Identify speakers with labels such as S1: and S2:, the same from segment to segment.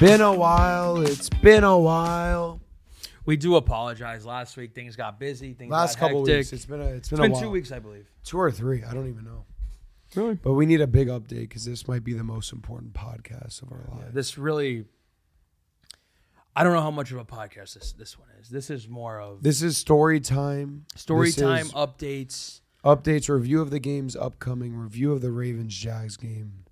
S1: been a while. It's been a while.
S2: We do apologize. Last week things got busy. Things
S1: Last
S2: got
S1: couple
S2: hectic.
S1: weeks, it's been a it's been,
S2: it's been
S1: a while.
S2: two weeks, I believe.
S1: two or three. I don't even know.
S2: Really?
S1: But we need a big update because this might be the most important podcast of our lives.
S2: This really. I don't know how much of a podcast this this one is. This is more of
S1: This is story time.
S2: story
S1: This
S2: time
S1: is
S2: updates.
S1: updates, review of the games upcoming, review of the Ravens Jags game,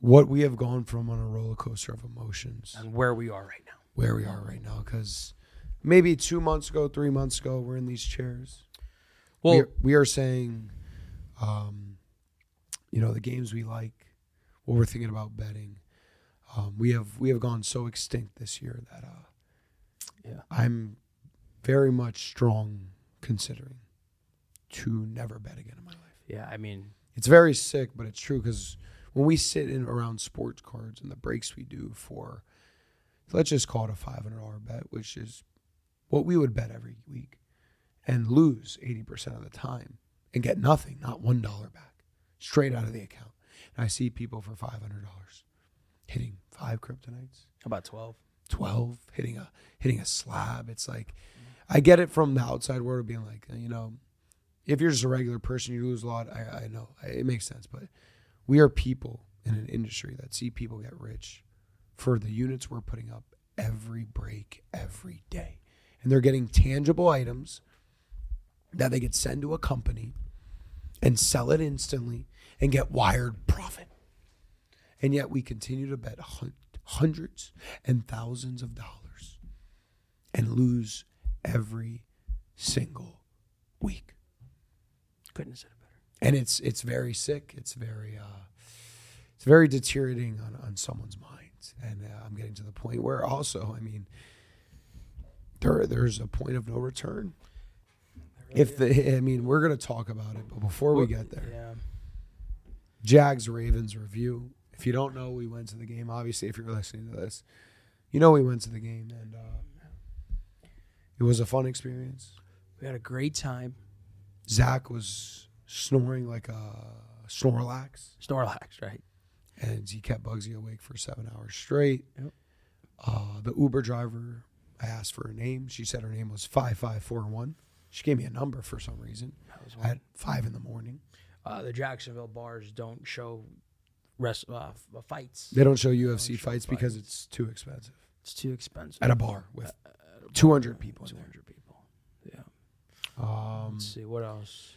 S1: what we have gone from on a roller coaster of emotions,
S2: and where we are right now.
S1: where we are right now. Because maybe two months ago, three months ago, we're in these chairs.
S2: Well,
S1: we are, we are saying, um, you know, the games we like, what we're thinking about betting. Um, we have we have gone so extinct this year that uh,
S2: Yeah.
S1: I'm very much strong considering to never bet again in my life.
S2: yeah, I mean,
S1: It's very sick, but it's true because when we sit in around sports cards and the breaks we do for, let's just call it a five hundred dollar bet, which is what we would bet every week, and lose eighty percent of the time and get nothing, not one dollar back, straight out of the account. And I see people for five hundred dollars hitting five kryptonites,
S2: about twelve.
S1: twelve hitting a hitting a slab. It's like I get it from the outside world of being like you know if you're just a regular person, you lose a lot. I, I know I, it makes sense, but we are people in an industry that see people get rich for the units we're putting up every break, every day. And they're getting tangible items that they could send to a company and sell it instantly and get wired profit. And yet we continue to bet hun- hundreds and thousands of dollars and lose every single week
S2: Couldn't have said it better.
S1: and it's it's very sick. It's very uh, it's very deteriorating on, on someone's mind. And uh, I'm getting to the point where also, I mean, there there's a point of no return. If the I mean, we're gonna talk about it, but before we get there,
S2: Yeah.
S1: Jags Ravens review. If you don't know, we went to the game. Obviously, if you're listening to this, you know we went to the game, and uh, it was a fun experience.
S2: We had a great time.
S1: Zach was snoring like a Snorlax.
S2: Snorlax, right?
S1: and he kept Bugsy awake for seven hours straight.
S2: Yep.
S1: Uh, the Uber driver, I asked for her name. She said her name was five five four one. She gave me a number for some reason.
S2: That was
S1: I had five in the morning.
S2: Uh, the Jacksonville bars don't show rest uh, f- fights.
S1: They don't show UFC
S2: don't show
S1: fights because it's too expensive
S2: It's too expensive.
S1: at a bar with two hundred people in
S2: Two
S1: there.
S2: hundred people. Yeah. Uh,
S1: Um,
S2: Let's see what else.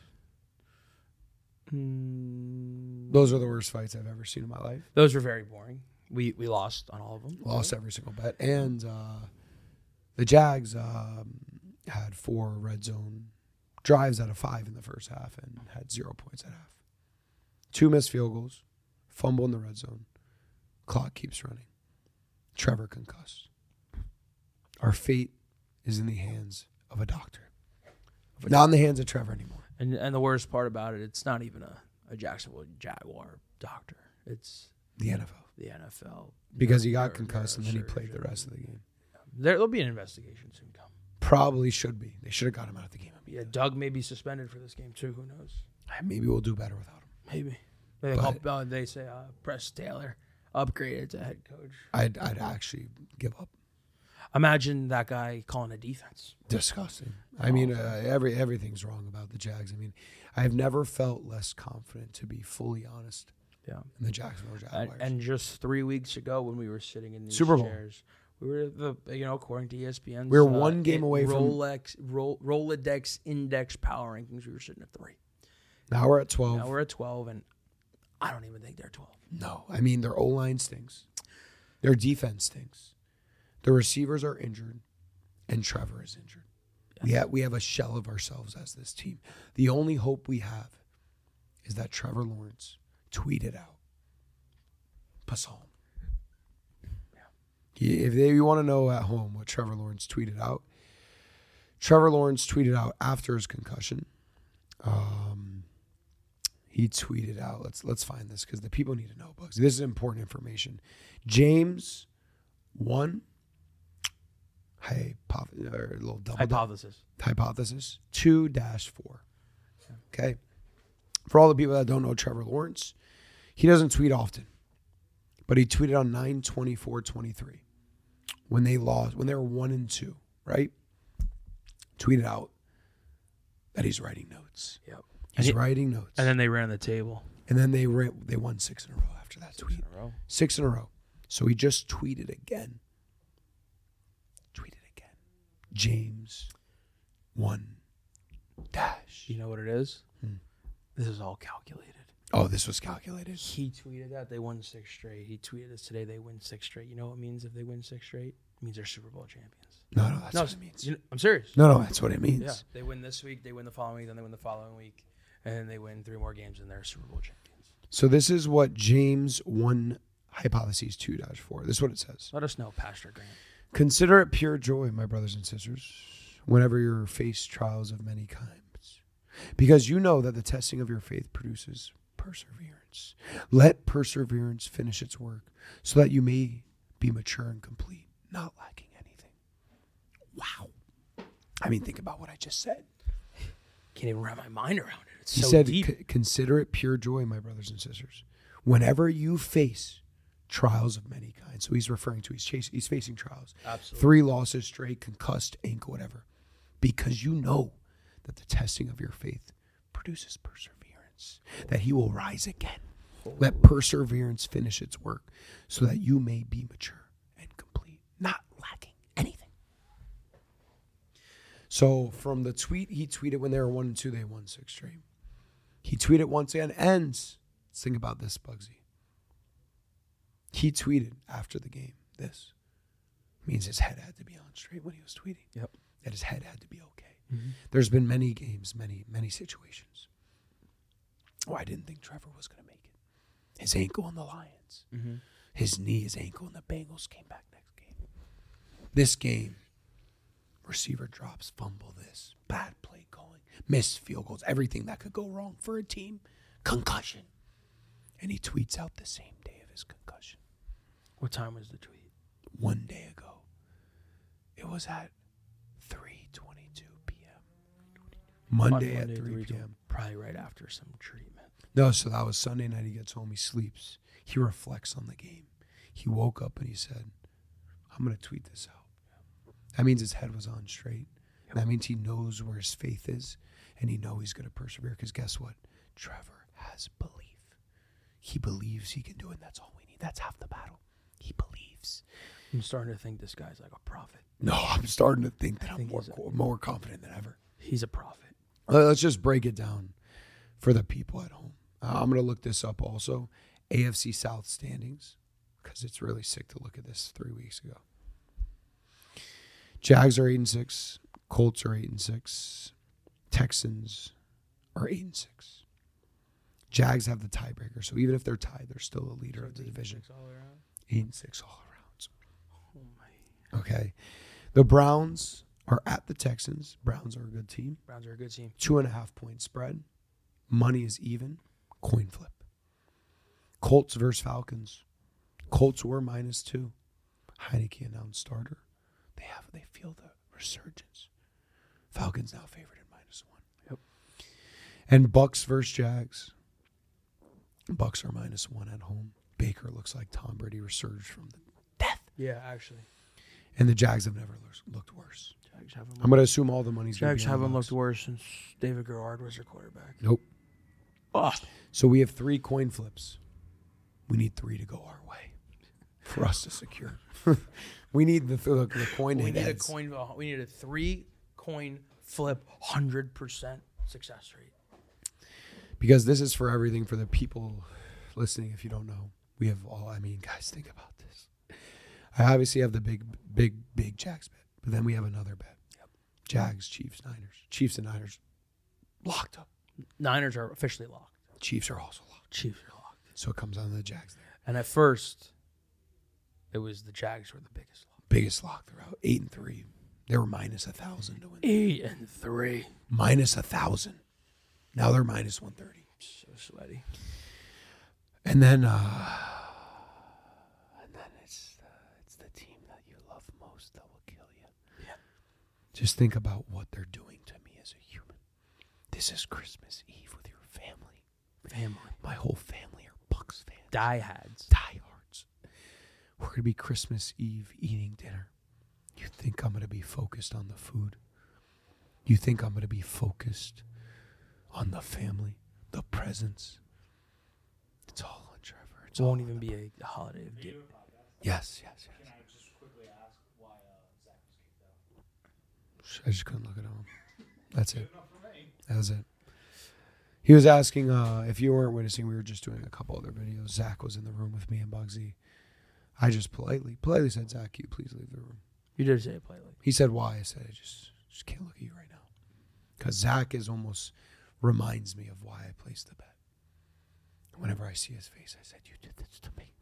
S2: Mm,
S1: those are the worst fights I've ever seen in my life.
S2: those were very boring. We we lost on all of them.
S1: Lost every single bet, and uh, the Jags um, had four red zone drives out of five in the first half and had zero points at half. Two missed field goals, fumble in the red zone. Clock keeps running. Trevor concussed. Our fate is in the hands of a doctor, not in the hands of Trevor anymore.
S2: And and the worst part about it, it's not even a, a Jacksonville Jaguar doctor. It's
S1: The NFL,
S2: the NFL.
S1: because he got
S2: Neurosurgeon.
S1: concussed and then he played the rest of the game.
S2: There'll be an investigation soon come.
S1: Probably should be. They should have got him out of the game.
S2: Yeah, Doug may be suspended for this game too. Who knows?
S1: Maybe we'll do better without him.
S2: Maybe. They, call, uh, they say uh, Press Taylor upgraded to head coach.
S1: I'd, I'd actually give up.
S2: Imagine that guy calling a defense.
S1: Disgusting. I mean, uh, every everything's wrong about the Jags. I mean, I've never felt less confident, to be fully honest,
S2: Yeah.
S1: in the Jacksonville Jaguars.
S2: And, and just three weeks ago, when we were sitting in these
S1: Super Bowl.
S2: chairs, we were the you know according to E ESPN,
S1: We were one game away from-
S2: uh, Rolex Ro- Rolodex Index Power Rankings. We were sitting at three.
S1: now we're at twelve.
S2: Now we're at twelve, and I don't even think they're twelve.
S1: no, I mean their O line stinks, their defense stinks, the receivers are injured, and Trevor is injured. We have we have a shell of ourselves as this team. The only hope we have is that Trevor Lawrence tweeted out. Passon. He- If they, you want to know at home what Trevor Lawrence tweeted out, Trevor Lawrence tweeted out after his concussion. Um, he tweeted out. Let's let's find this because the people need to know, Bugs. This is important information. James one. Hey, pop, or a little double
S2: Hypothesis.
S1: hypothesis 2 4. Okay. For all the people that don't know Trevor Lawrence, he doesn't tweet often, But he tweeted on 9 24 23 when they lost, when they were one and two, right? Tweeted out that he's writing notes.
S2: Yep.
S1: He's
S2: And he-
S1: writing notes.
S2: And then they ran the table.
S1: And then they ran, they won six in a row after that tweet. Six in a row. So he just tweeted again. Tweeted again. James one dash.
S2: You know what it is?
S1: Hmm.
S2: This is all calculated.
S1: Oh, this was calculated.
S2: He tweeted that they won six straight. He tweeted this today. They win six straight. You know what it means if they win six straight? It means they're Super Bowl champions.
S1: No, no, that's
S2: no,
S1: what it means.
S2: you know- I'm serious.
S1: No, no, that's what it means.
S2: Yeah, they win this week. They win the following week. Then they win the following week, and then they win three more games, and they're Super Bowl champions.
S1: So this is what James one hypotheses two dash four. This is what it says.
S2: Let us know, Pastor Grant.
S1: Consider it pure joy, my brothers and sisters, whenever you face trials of many kinds, because you know that the testing of your faith produces perseverance. Let perseverance finish its work, so that you may be mature and complete, not lacking anything. Wow. I mean, think about what I just said.
S2: Can't even wrap my mind around it. It's
S1: He
S2: so
S1: said,
S2: deep.
S1: "C- "Consider it pure joy, my brothers and sisters, whenever you face trials of many kinds." So he's referring to he's chasing, he's facing trials,
S2: Absolutely.
S1: three losses straight, concussed ankle, whatever, because you know that the testing of your faith produces perseverance, that he will rise again. Let perseverance finish its work, so that you may be mature and complete, not lacking anything. So from the tweet he tweeted when they were one and two, they won six straight. He tweeted once again, ends. Let's think about this, Bugsy. He tweeted after the game this. Means his head had to be on straight when he was tweeting.
S2: Yep.
S1: That his head had to be okay. There's been many games, many, many situations. Oh, I didn't think Trevor was gonna make it. His ankle on the Lions. His knee, his ankle, and the Bengals came back next game. This game, receiver drops, fumble this, bad play calling, missed field goals, everything that could go wrong for a team, concussion. And he tweets out the same day of his concussion,
S2: What time was the tweet?
S1: one day ago. It was at 3:22 p.m. Monday,
S2: On
S1: at 3 p.m.
S2: Probably right after some treatment.
S1: No, so that was Sunday night. He gets home, he sleeps, he reflects on the game. He woke up and he said, I'm going to tweet this out. That means his head was on straight. That means he knows where his faith is and he knows he's going to persevere. Because guess what? Trevor has belief. He believes he can do it. And that's all we need. That's half the battle. He believes.
S2: I'm starting to think this guy's like a prophet.
S1: No, I'm starting to think that I'm
S2: think
S1: more,
S2: he's
S1: co- more confident than ever.
S2: He's a prophet.
S1: Uh, Let's just break it down for the people at home. Uh, I'm going to look this up also. AFC South standings, because it's really sick to look at this three weeks ago. Jags are 8 and 6. Colts are 8 and 6. Texans are 8 and 6. Jags have the tiebreaker. So even if they're tied, they're still a leader of the division. 8 and 6 all around.
S2: Oh my.
S1: Okay. The Browns are at the Texans. Browns are a good team.
S2: Browns are a good team.
S1: two and a half point spread. Money is even. Coin flip. Colts versus Falcons. Colts were minus two. Heineke announced starter. They have they feel the resurgence. Falcons now favored at minus one.
S2: Yep.
S1: And Bucks versus Jags. Bucks are minus one at home. Baker looks like Tom Brady resurged from the death.
S2: Yeah, actually.
S1: And the Jags have never lo- looked worse.
S2: Jags haven't
S1: I'm gonna assume all the money's gonna
S2: Jags
S1: be on
S2: haven't
S1: Bucks.
S2: looked worse since David Garrard was their quarterback.
S1: Nope.
S2: Oh,
S1: So we have three coin flips. We need three to go our way for us to secure. we need the, the, the coin
S2: we
S1: hit
S2: need a
S1: heads.
S2: coin. uh, We need a three coin flip, hundred percent success rate.
S1: because this is for everything for the people listening. If you don't know, we have all. I mean, guys, think about this. I obviously have the big, big, big Jags bet, but then we have another bet: Jags, Chiefs, Niners. Chiefs and Niners locked up.
S2: Niners are officially locked.
S1: Chiefs are also locked,
S2: Chiefs are locked.
S1: so it comes down to the Jags. There,
S2: And at first, it was the Jags were the biggest lock.
S1: biggest lock throughout eight and three. They were minus a thousand to win.
S2: Eight and three.
S1: minus a thousand. Now they're minus one thirty.
S2: So sweaty.
S1: And then, uh, and then it's uh, it's the team that you love most that will kill you.
S2: Yeah.
S1: Just think about what they're doing to me as a human. This is Christmas Eve with your family.
S2: Family.
S1: My whole family are Bucks fans,
S2: Diehards.
S1: diehards. We're going to be Christmas Eve eating dinner. You think I'm going to be focused on the food? You think I'm going to be focused on the family, the presents? It's all on Trevor. It's
S2: It
S1: all
S2: won't
S1: on
S2: even
S1: the-
S2: be a holiday of giving.
S1: Yes, yes, yes.
S3: Can I just quickly ask why uh, Zach was kicked out?
S1: I just couldn't look at him. That's it.
S3: Good enough for me.
S1: That's it. He was asking uh, if you weren't witnessing, we were just doing a couple other videos. Zach was in the room with me and Bugsy. I just politely, politely said, Zach, can you please leave the room.
S2: You did say it politely.
S1: He said, why? I said, I just, just can't look at you right now. Because Zach is almost, reminds me of why I placed the bet. Whenever I see his face, I said, you did this to me.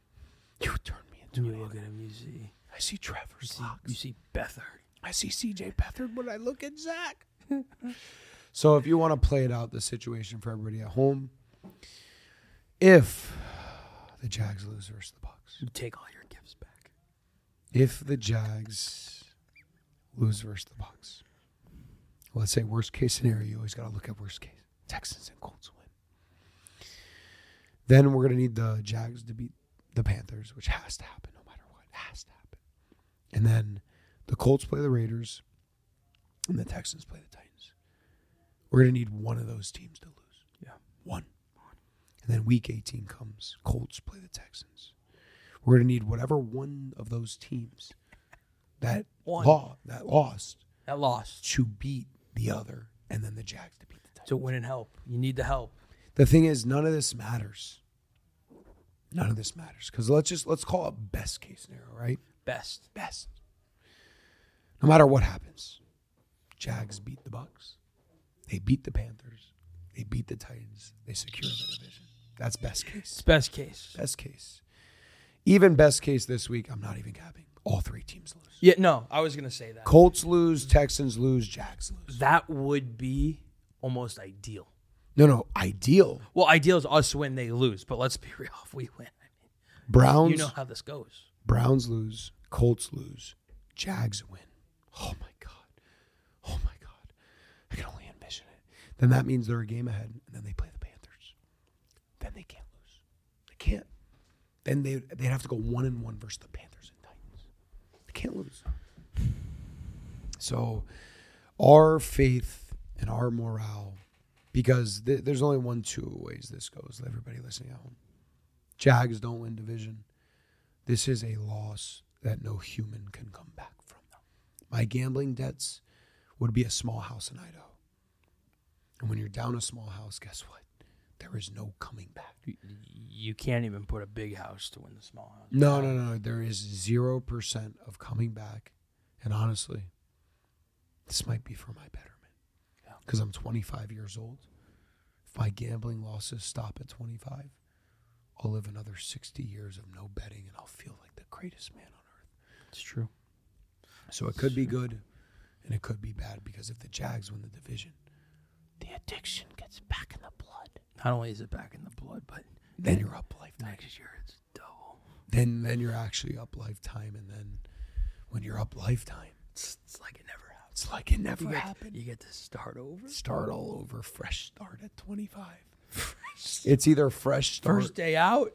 S1: You turned me
S2: When
S1: into
S2: you
S1: an
S2: look
S1: animal.
S2: at him, you see,
S1: I see
S2: you
S1: Trevor's
S2: see,
S1: locks.
S2: you see Bethard.
S1: I see CJ Beathard when I look at Zach. so if you want to play it out, the situation for everybody at home, if the Jags lose versus the Bucks,
S2: You take all your gifts back.
S1: if the Jags lose versus the Bucks, let's say worst case scenario, you always got to look at worst case. Texans and Colts win. Then we're gonna need the Jags to beat the Panthers, which has to happen no matter what. It has to happen. And then the Colts play the Raiders, and the Texans play the Titans. We're gonna need one of those teams to lose.
S2: Yeah.
S1: one. And then Week 18 comes. Colts play the Texans. We're gonna need whatever one of those teams that
S2: One.
S1: law that lost
S2: That lost.
S1: to beat the other, and then the Jags to beat the Titans.
S2: To win and help. You need the help.
S1: The thing is, none of this matters. None of this matters because let's just let's call it best case scenario, right?
S2: Best.
S1: Best. No matter what happens, Jags beat the Bucks. They beat the Panthers. They beat the Titans. They secure the division. That's best
S2: It's
S1: case.
S2: best case.
S1: Best case. Even best case this week, I'm not even capping. All three teams lose.
S2: Yeah, no, I was gonna say that.
S1: Colts lose, Texans lose, Jags lose.
S2: That would be almost ideal.
S1: No, no, ideal.
S2: Well, ideal is us win, they lose. But let's be real, if we win, I
S1: Browns
S2: mean, you know how this goes.
S1: Browns lose, Colts lose, Jags win. Oh my God. Oh my God. I can only envision it. Then that means they're a game ahead, and then they play the Panthers. Then they can't lose. They can't. Then they they'd have to go one and one versus the Panthers and Titans. They can't lose. So our faith and our morale, because th- there's only one two ways this goes, everybody listening at home. Jags don't win division. This is a loss that no human can come back from. My gambling debts would be a small house in Idaho. And when you're down a small house, guess what? There is no coming back.
S2: You- You can't even put a big house to win the small house.
S1: No, no, no. There is 0% of coming back. And honestly, this might be for my betterment.
S2: Yeah.
S1: Because I'm 25 years old. If my gambling losses stop at 25, I'll live another 60 years of no betting and I'll feel like the greatest man on earth.
S2: It's true.
S1: So it could be good and it could be bad because if the Jags win the division, the addiction gets back in the blood.
S2: Not only is it back in the blood, but
S1: Then you're up lifetime.
S2: next year it's double.
S1: Then then you're actually up lifetime and then when you're up lifetime,
S2: It's, it's like it never happened.
S1: it's like it never
S2: You get-
S1: happened.
S2: You get to start over.
S1: Start all over, fresh start at 25. It's either fresh start,
S2: First
S1: first,
S2: day out,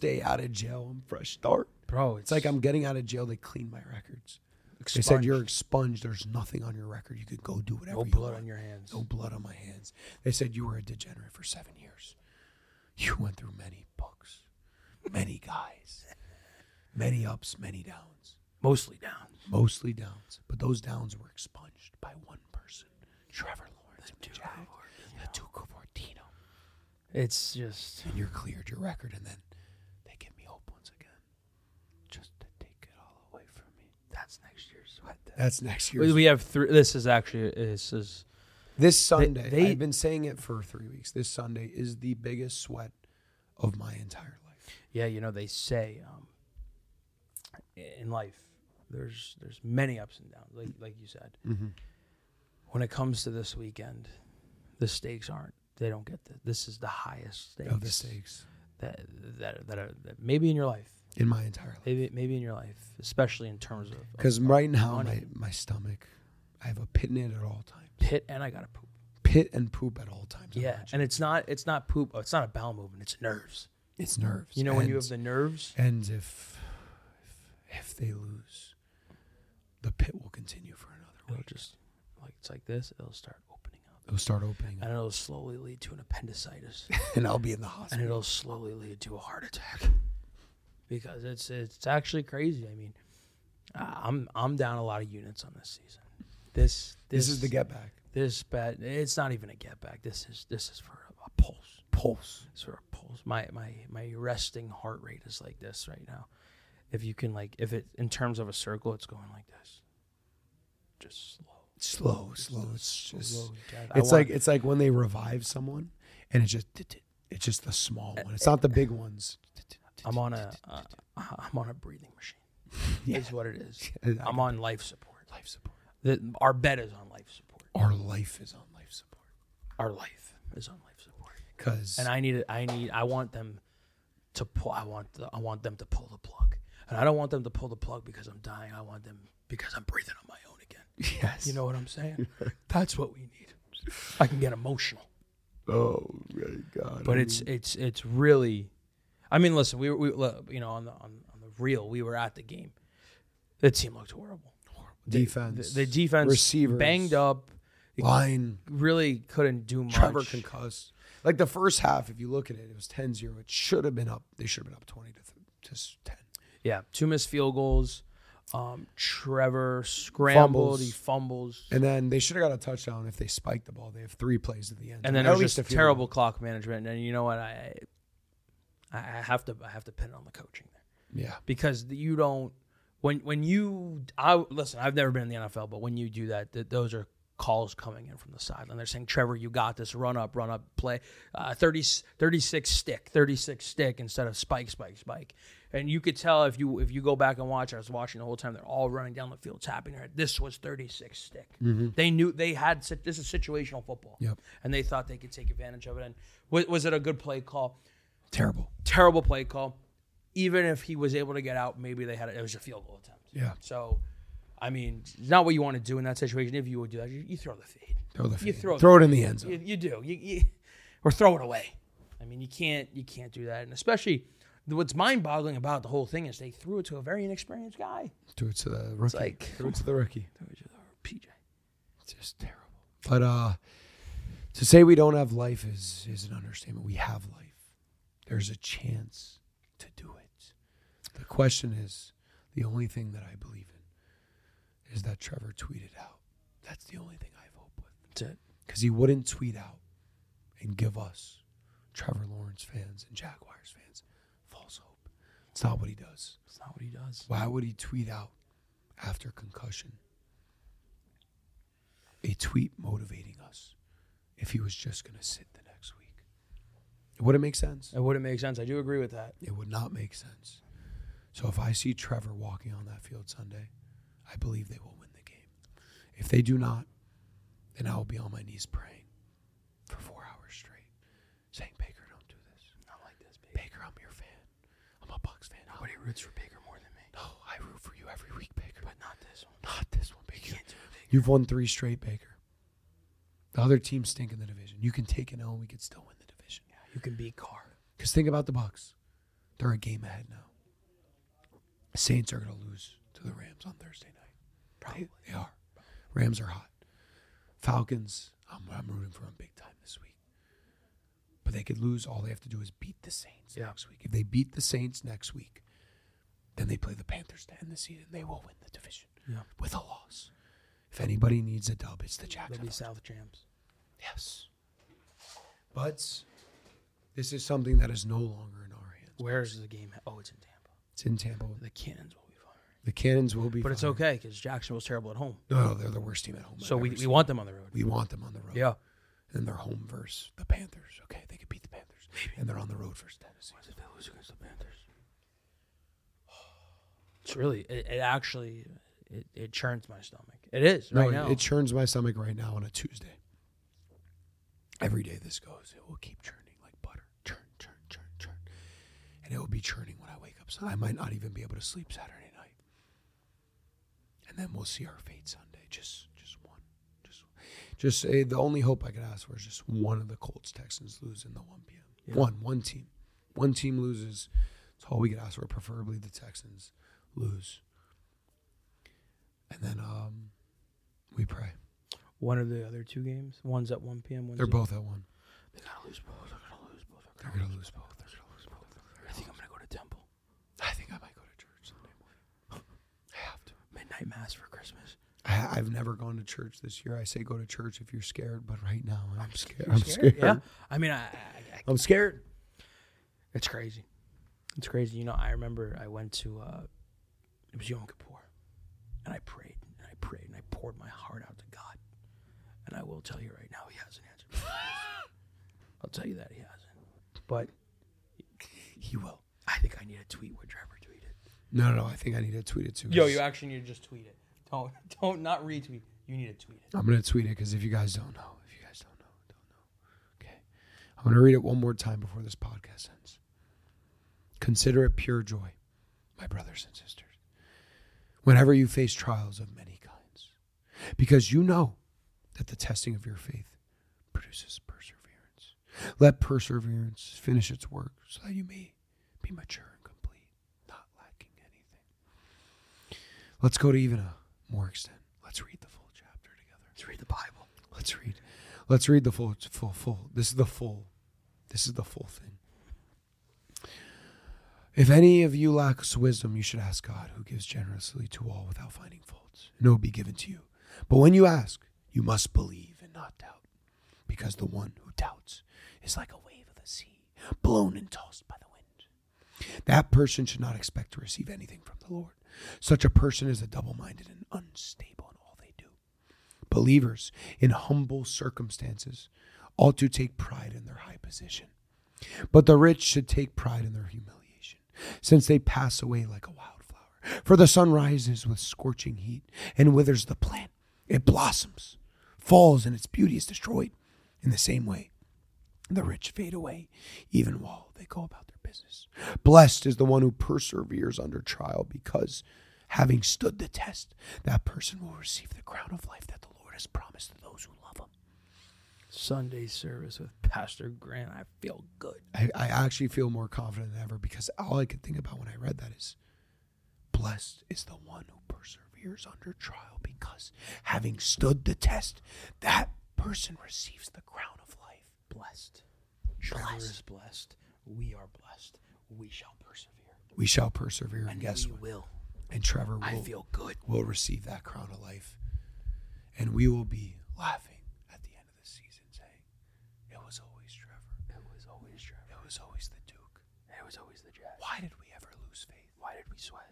S1: day out of jail, I'm fresh start.
S2: bro.
S1: It's like I'm getting out of jail. They clean my records. They said
S2: expunged.
S1: you're expunged. There's nothing on your record. You could go do whatever.
S2: no
S1: you
S2: blood
S1: want.
S2: on your hands.
S1: no blood on my hands. They said you were a degenerate for seven years. You went through many books, many guys, many ups, many downs,
S2: Mostly down.
S1: mostly downs. But those downs were expunged by one person, Trevor Lawrence, the Duke, the Duke of Ortino.
S2: It's just
S1: And you're cleared your record, and then they give me hope once again, just to take it all away from me.
S2: that's next year's sweat.
S1: That's next
S2: We
S1: year.
S2: we have three. This is actually this is
S1: This Sunday,
S2: they-
S1: I've been saying it for three weeks. This Sunday is the biggest sweat of my entire life.
S2: yeah. You know they say um, in life there's there's many ups and downs. Like like you said,
S1: Mm-hmm.
S2: when it comes to this weekend, the stakes aren't. They don't get the, this is the highest stakes
S1: of the stakes
S2: that that that, are, that maybe in your life,
S1: in my entire life.
S2: maybe maybe in your life, especially in terms of, of
S1: Because right now, my,
S2: Money.
S1: my stomach, I have a pit in it at all times.
S2: pit and I gotta poop.
S1: Pit and poop at all times. I'm
S2: Yeah,
S1: not
S2: and it's not it's not poop. It's not a bowel movement. It's nerves.
S1: joking. it's nerves.
S2: You know when you have
S1: Ends-
S2: the nerves.
S1: ends if, if if they lose, the pit will continue for another
S2: It'll
S1: week.
S2: just like it's like this. It'll start opening up,
S1: It'll start opening,
S2: and it'll slowly lead to an appendicitis,
S1: and I'll be in the
S2: and
S1: hospital.
S2: it'll slowly lead to a heart attack. Because it's it's actually crazy. I mean, I- I'm I'm down a lot of units on this season. This this,
S1: This is the get back
S2: this bet. It's not even a get back. This is this is for a pulse.
S1: pulse.
S2: It's for a pulse. My my my resting heart rate is like this right now. If you can like if it in terms of a circle, it's going like this. Just slow.
S1: Slow, Oh, slow. It's just.
S2: Slow death. I
S1: It's
S2: want-
S1: like it's like when they revive someone, and it's just it's just the small one. It's not the big ones.
S2: I'm on a uh, I'm on a breathing machine.
S1: Yeah.
S2: Is what it is.
S1: I-
S2: I'm on life support.
S1: life support.
S2: The, our bed is on life support.
S1: Our life is on life support
S2: Our life is on life support.
S1: because
S2: And I need it. I need. I want them to pull. I want. The, I want them to pull the plug. And I don't want them to pull the plug because I'm dying. I want them because I'm breathing on my own again.
S1: yes,
S2: You know what I'm saying? That's what we need. I can get emotional.
S1: Oh my god!
S2: but it's it's it's really i mean listen we were we, look, you know on the on, on the real we were at the game the team looked horrible The-
S1: defense,
S2: the, the defense
S1: Receivers.
S2: banged up
S1: line.
S2: really couldn't do much
S1: Trevor concussed. Like the first half, if you look at it, it was 10-0. It should have been up. They should have been up twenty to th- to ten.
S2: yeah two missed field goals um trevor scrambled
S1: Fumbles.
S2: he fumbles
S1: And then they should have got a touchdown if they spiked the ball. They have three plays at the end.
S2: and then
S1: At
S2: it was
S1: least
S2: just
S1: a field
S2: terrible clock management and you know what i i I have to i have to pin it on the coaching there
S1: goal. Yeah,
S2: because you don't when when you I listen. I've never been in the NFL, but when you do that, th- those are calls coming in from the sideline. They're saying, "Trevor, you got this. Run up, run up, play uh, 30, 36 stick, thirty six stick instead of spike, spike, spike." And you could tell if you if you go back and watch. I was watching the whole time. They're all running down the field, tapping their head. This was thirty six stick. They knew they had sit- this is situational football,
S1: Yep.
S2: and they thought they could take advantage of it. And was, was it a good play call?
S1: terrible.
S2: terrible play call. Even if he was able to get out, maybe they had a, it was a field goal attempt.
S1: Yeah.
S2: So, I mean, it's not what you want to do in that situation. If you would do that, you, you throw the fade.
S1: Throw the
S2: You
S1: fade.
S2: throw-
S1: it in the end zone.
S2: You, you do. You, you or throw it away. I mean, you can't you can't do that. And especially what's mind boggling about the whole thing is they threw it to a very inexperienced guy.
S1: Throw it to the rookie.
S2: like-
S1: throw it to the rookie.
S2: PJ.
S1: It's just terrible. But uh, to say we don't have life is is an understatement. We have life. There's a chance to do it. The question is, the only thing that I believe in is that Trevor tweeted out. That's the only thing I have hope with.
S2: That's it.
S1: because he wouldn't tweet out and give us Trevor Lawrence fans and Jaguars fans false hope. It's not what he does.
S2: It's not what he does.
S1: Why would he tweet out after concussion? A tweet motivating us if he was just going to sit the next week. Would it make sense?
S2: It wouldn't make sense. I do agree with that.
S1: It would not make sense. So if I see Trevor walking on that field Sunday, I believe they will win the game. If they do not, then I will be on my knees praying for four hours straight, saying, Baker, don't do this.
S2: Not like this, baby.
S1: Baker, I'm your fan. I'm a Bucks fan. Nobody.
S2: Nobody roots for Baker more than me,
S1: No, Oh, I root for you every week, Baker.
S2: but not this one.
S1: Not this one, Baker.
S2: Can't do it, Baker.
S1: You've won three straight, Baker. The other teams stink in the division. You can take an L and we could still win the division.
S2: You can beat Carr.
S1: Because think about the Bucks. They're a game ahead now. Saints are going to lose to the Rams on Thursday night. Probably. They, they are. Rams are hot. Falcons, I'm, I'm rooting for them big time this week. But they could lose. All they have to do is beat the Saints
S2: Yeah.
S1: next week. If they beat the Saints next week, then they play the Panthers to end the season. They will win the division
S2: Yeah.
S1: with a loss. If anybody needs a dub, it's the
S2: They'll be
S1: Jacksonville.
S2: South champs.
S1: Yes. But this is something that is no longer in our hands.
S2: Where's the game? Oh, it's in Tampa.
S1: It's in Tampa.
S2: The Cannons will be firing.
S1: The Cannons will be,
S2: But it's
S1: fine.
S2: okay because Jacksonville's terrible at home.
S1: No, no, they're the worst team at home.
S2: So
S1: I've
S2: we,
S1: ever
S2: we
S1: seen.
S2: want them on the road.
S1: we want them on the road.
S2: Yeah.
S1: And they're home versus the Panthers. Okay, they could beat the Panthers. And they're on the road versus Tennessee.
S2: If they lose against the Panthers. It's really, it, it actually, it, it churns my stomach. It is right
S1: no, it-
S2: now.
S1: it churns my stomach right now on a Tuesday. Every day this goes, it will keep churning like butter. Churn, churn, churn, churn. And it will be churning when I wake up. So I might not even be able to sleep Saturday night. And then we'll see our fate Sunday. Just just one. Just just eh, the only hope I could ask for is just one of the Colts Texans lose in the 1 p.m.
S2: Yeah.
S1: One, one team. One team loses. It's all we could ask for, preferably the Texans lose. And then um, we pray.
S2: One of the other two games. One's at 1 p.m. One's
S1: They're
S2: at-
S1: both at one.
S2: They gotta lose both. They're gonna lose both.
S1: They're gonna lose both. They're gonna lose both.
S2: I think I'm gonna go to temple.
S1: I think I might go to church Sunday morning. I have to.
S2: Midnight mass for Christmas.
S1: I, I've never gone to church this year. I say go to church if you're scared, but right now I'm scared. I'm scared.
S2: Yeah. I mean, I, I, I
S1: I'm scared.
S2: It's crazy. It's crazy. You know, I remember I went to uh, it was Yom Kippur, and I prayed and I prayed and I poured my heart out to God. And I will tell you right now, He hasn't answered. My prayers. I'll tell you that He hasn't, but He will. I think I need to tweet what Trevor tweeted.
S1: No, no, no. I think I need to tweet it too.
S2: actually need to just tweet it. Don't don't not retweet. You need to tweet it.
S1: I'm gonna tweet it because if you guys don't know, if you guys don't know, don't know. Okay, I'm gonna read it one more time before this podcast ends. Consider it pure joy, my brothers and sisters, whenever you face trials of many kinds, because you know that the testing of your faith produces perseverance. Let perseverance finish its work, so that you may be mature and complete, not lacking anything. Let's go to even a more extent. Let's read the full chapter together.
S2: Let's read the Bible.
S1: Let's read. Let's read the full, full, full. This is the full. This is the full thing. If any of you lacks wisdom, you should ask God, who gives generously to all without finding faults, and it will be given to you. But when you ask, you must believe and not doubt, because the one who doubts is like a wave of the sea, blown and tossed by the wind. That person should not expect to receive anything from the Lord. Such a person is a double minded and unstable in all they do believers in humble circumstances ought to take pride in their high position. But the rich should take pride in their humiliation, since they pass away like a wildflower. For the sun rises with scorching heat and withers the plant. It blossoms, falls, and its beauty is destroyed. In the same way, the rich fade away, even while they go about their business. Blessed is the one who perseveres under trial, because having stood the test, that person will receive the crown of life that the Lord has promised to those who love him.
S2: Sunday service with Pastor Grant. I feel good.
S1: I, I actually feel more confident than ever because all I could think about when I read that is blessed is the one who perseveres under trial because having stood the test, that person receives the crown of life.
S2: blessed. Trevor is blessed. We are blessed. We shall persevere.
S1: We shall persevere, and
S2: And
S1: guess
S2: we
S1: what?
S2: will.
S1: And Trevor
S2: I
S1: will,
S2: feel good.
S1: will receive that crown of life. And we will be laughing at the end of the season saying, It was always Trevor. It was always Trevor. It was always the Duke.
S2: It was always the jazz.
S1: Why did we ever lose faith?
S2: Why did we sweat?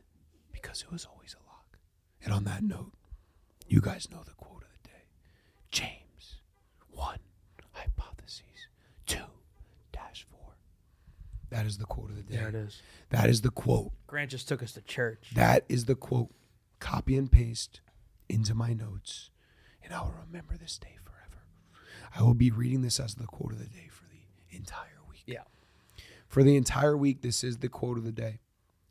S1: because it was always a lock. And on that note, you guys know the quote of the day James 1, hypotheses 2 dash 4. That is the quote of the day.
S2: There it is.
S1: That is the quote.
S2: Grant just took us to church.
S1: That is the quote. Copy and paste into my notes, and I will remember this day forever. I will be reading this as the quote of the day for the entire week.
S2: Yeah.
S1: For the entire week, this is the quote of the day.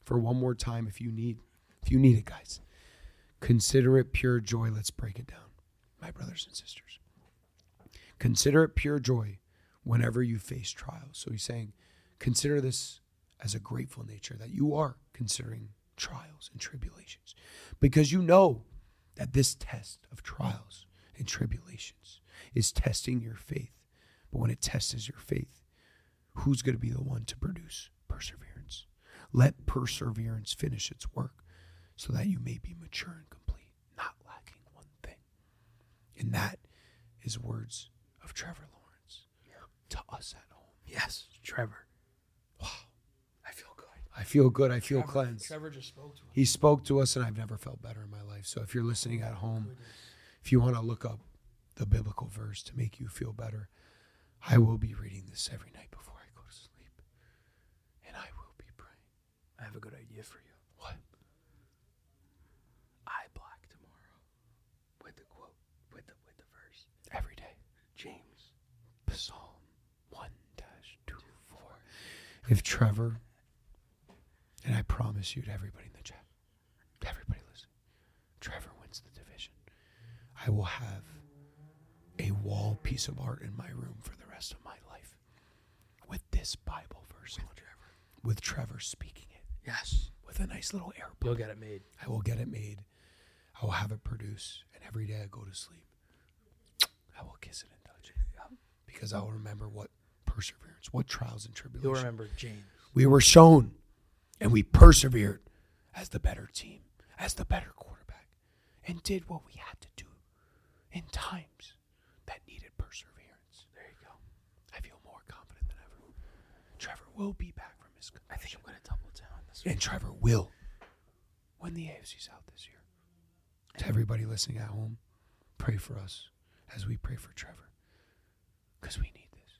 S1: For one more time, if you need, if you need it, guys, consider it pure joy. Let's break it down, my brothers and sisters. Consider it pure joy whenever you face trials. So he's saying, consider this as a grateful nature that you are considering trials and tribulations, because you know that this test of trials and tribulations is testing your faith. But when it tests your faith, who's going to be the one to produce perseverance. Let perseverance finish its work so that you may be mature and complete, not lacking one thing. And that is words of Trevor Lawrence to us at home.
S2: Yes, Trevor. Wow. I feel good.
S1: I feel good. I feel
S2: Trevor-
S1: cleansed.
S2: Trevor just spoke to us.
S1: He spoke to us, and I've never felt better in my life. So if you're listening at home, if you want to look up the biblical verse to make you feel better, I will be reading this every night before I go to sleep. And I will be praying.
S2: I have a good idea for you.
S1: What?
S2: I black tomorrow with the quote, with the with the verse.
S1: Every day.
S2: James.
S1: Psalm 1 2 4. If Trevor, and I promise you to everybody in the chat, to everybody listen, Trevor wins the division, I will have a wall piece of art in my room for the rest of my life with this Bible verse on it, with Trevor speaking it
S2: Yes.
S1: with a nice little air
S2: You'll get it made.
S1: I will get it made. I will have it produced, and every day I go to sleep, I will kiss it and touch it, because I will remember what perseverance, what trials and
S2: You'll
S1: tribulations
S2: remember Jane.
S1: we were shown, and we persevered as the better team, as the better quarterback, and did what we had to do in times that needed perseverance. There you go. I feel more confident than ever. Trevor will be back from his.
S2: I think I'm gonna double down on this.
S1: And Trevor will win the AFC South this year. To everybody listening at home, pray for us as we pray for Trevor. Because we need this.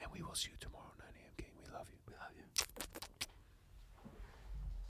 S1: And we will see you tomorrow, 9 a.m. King. We love you. We love you.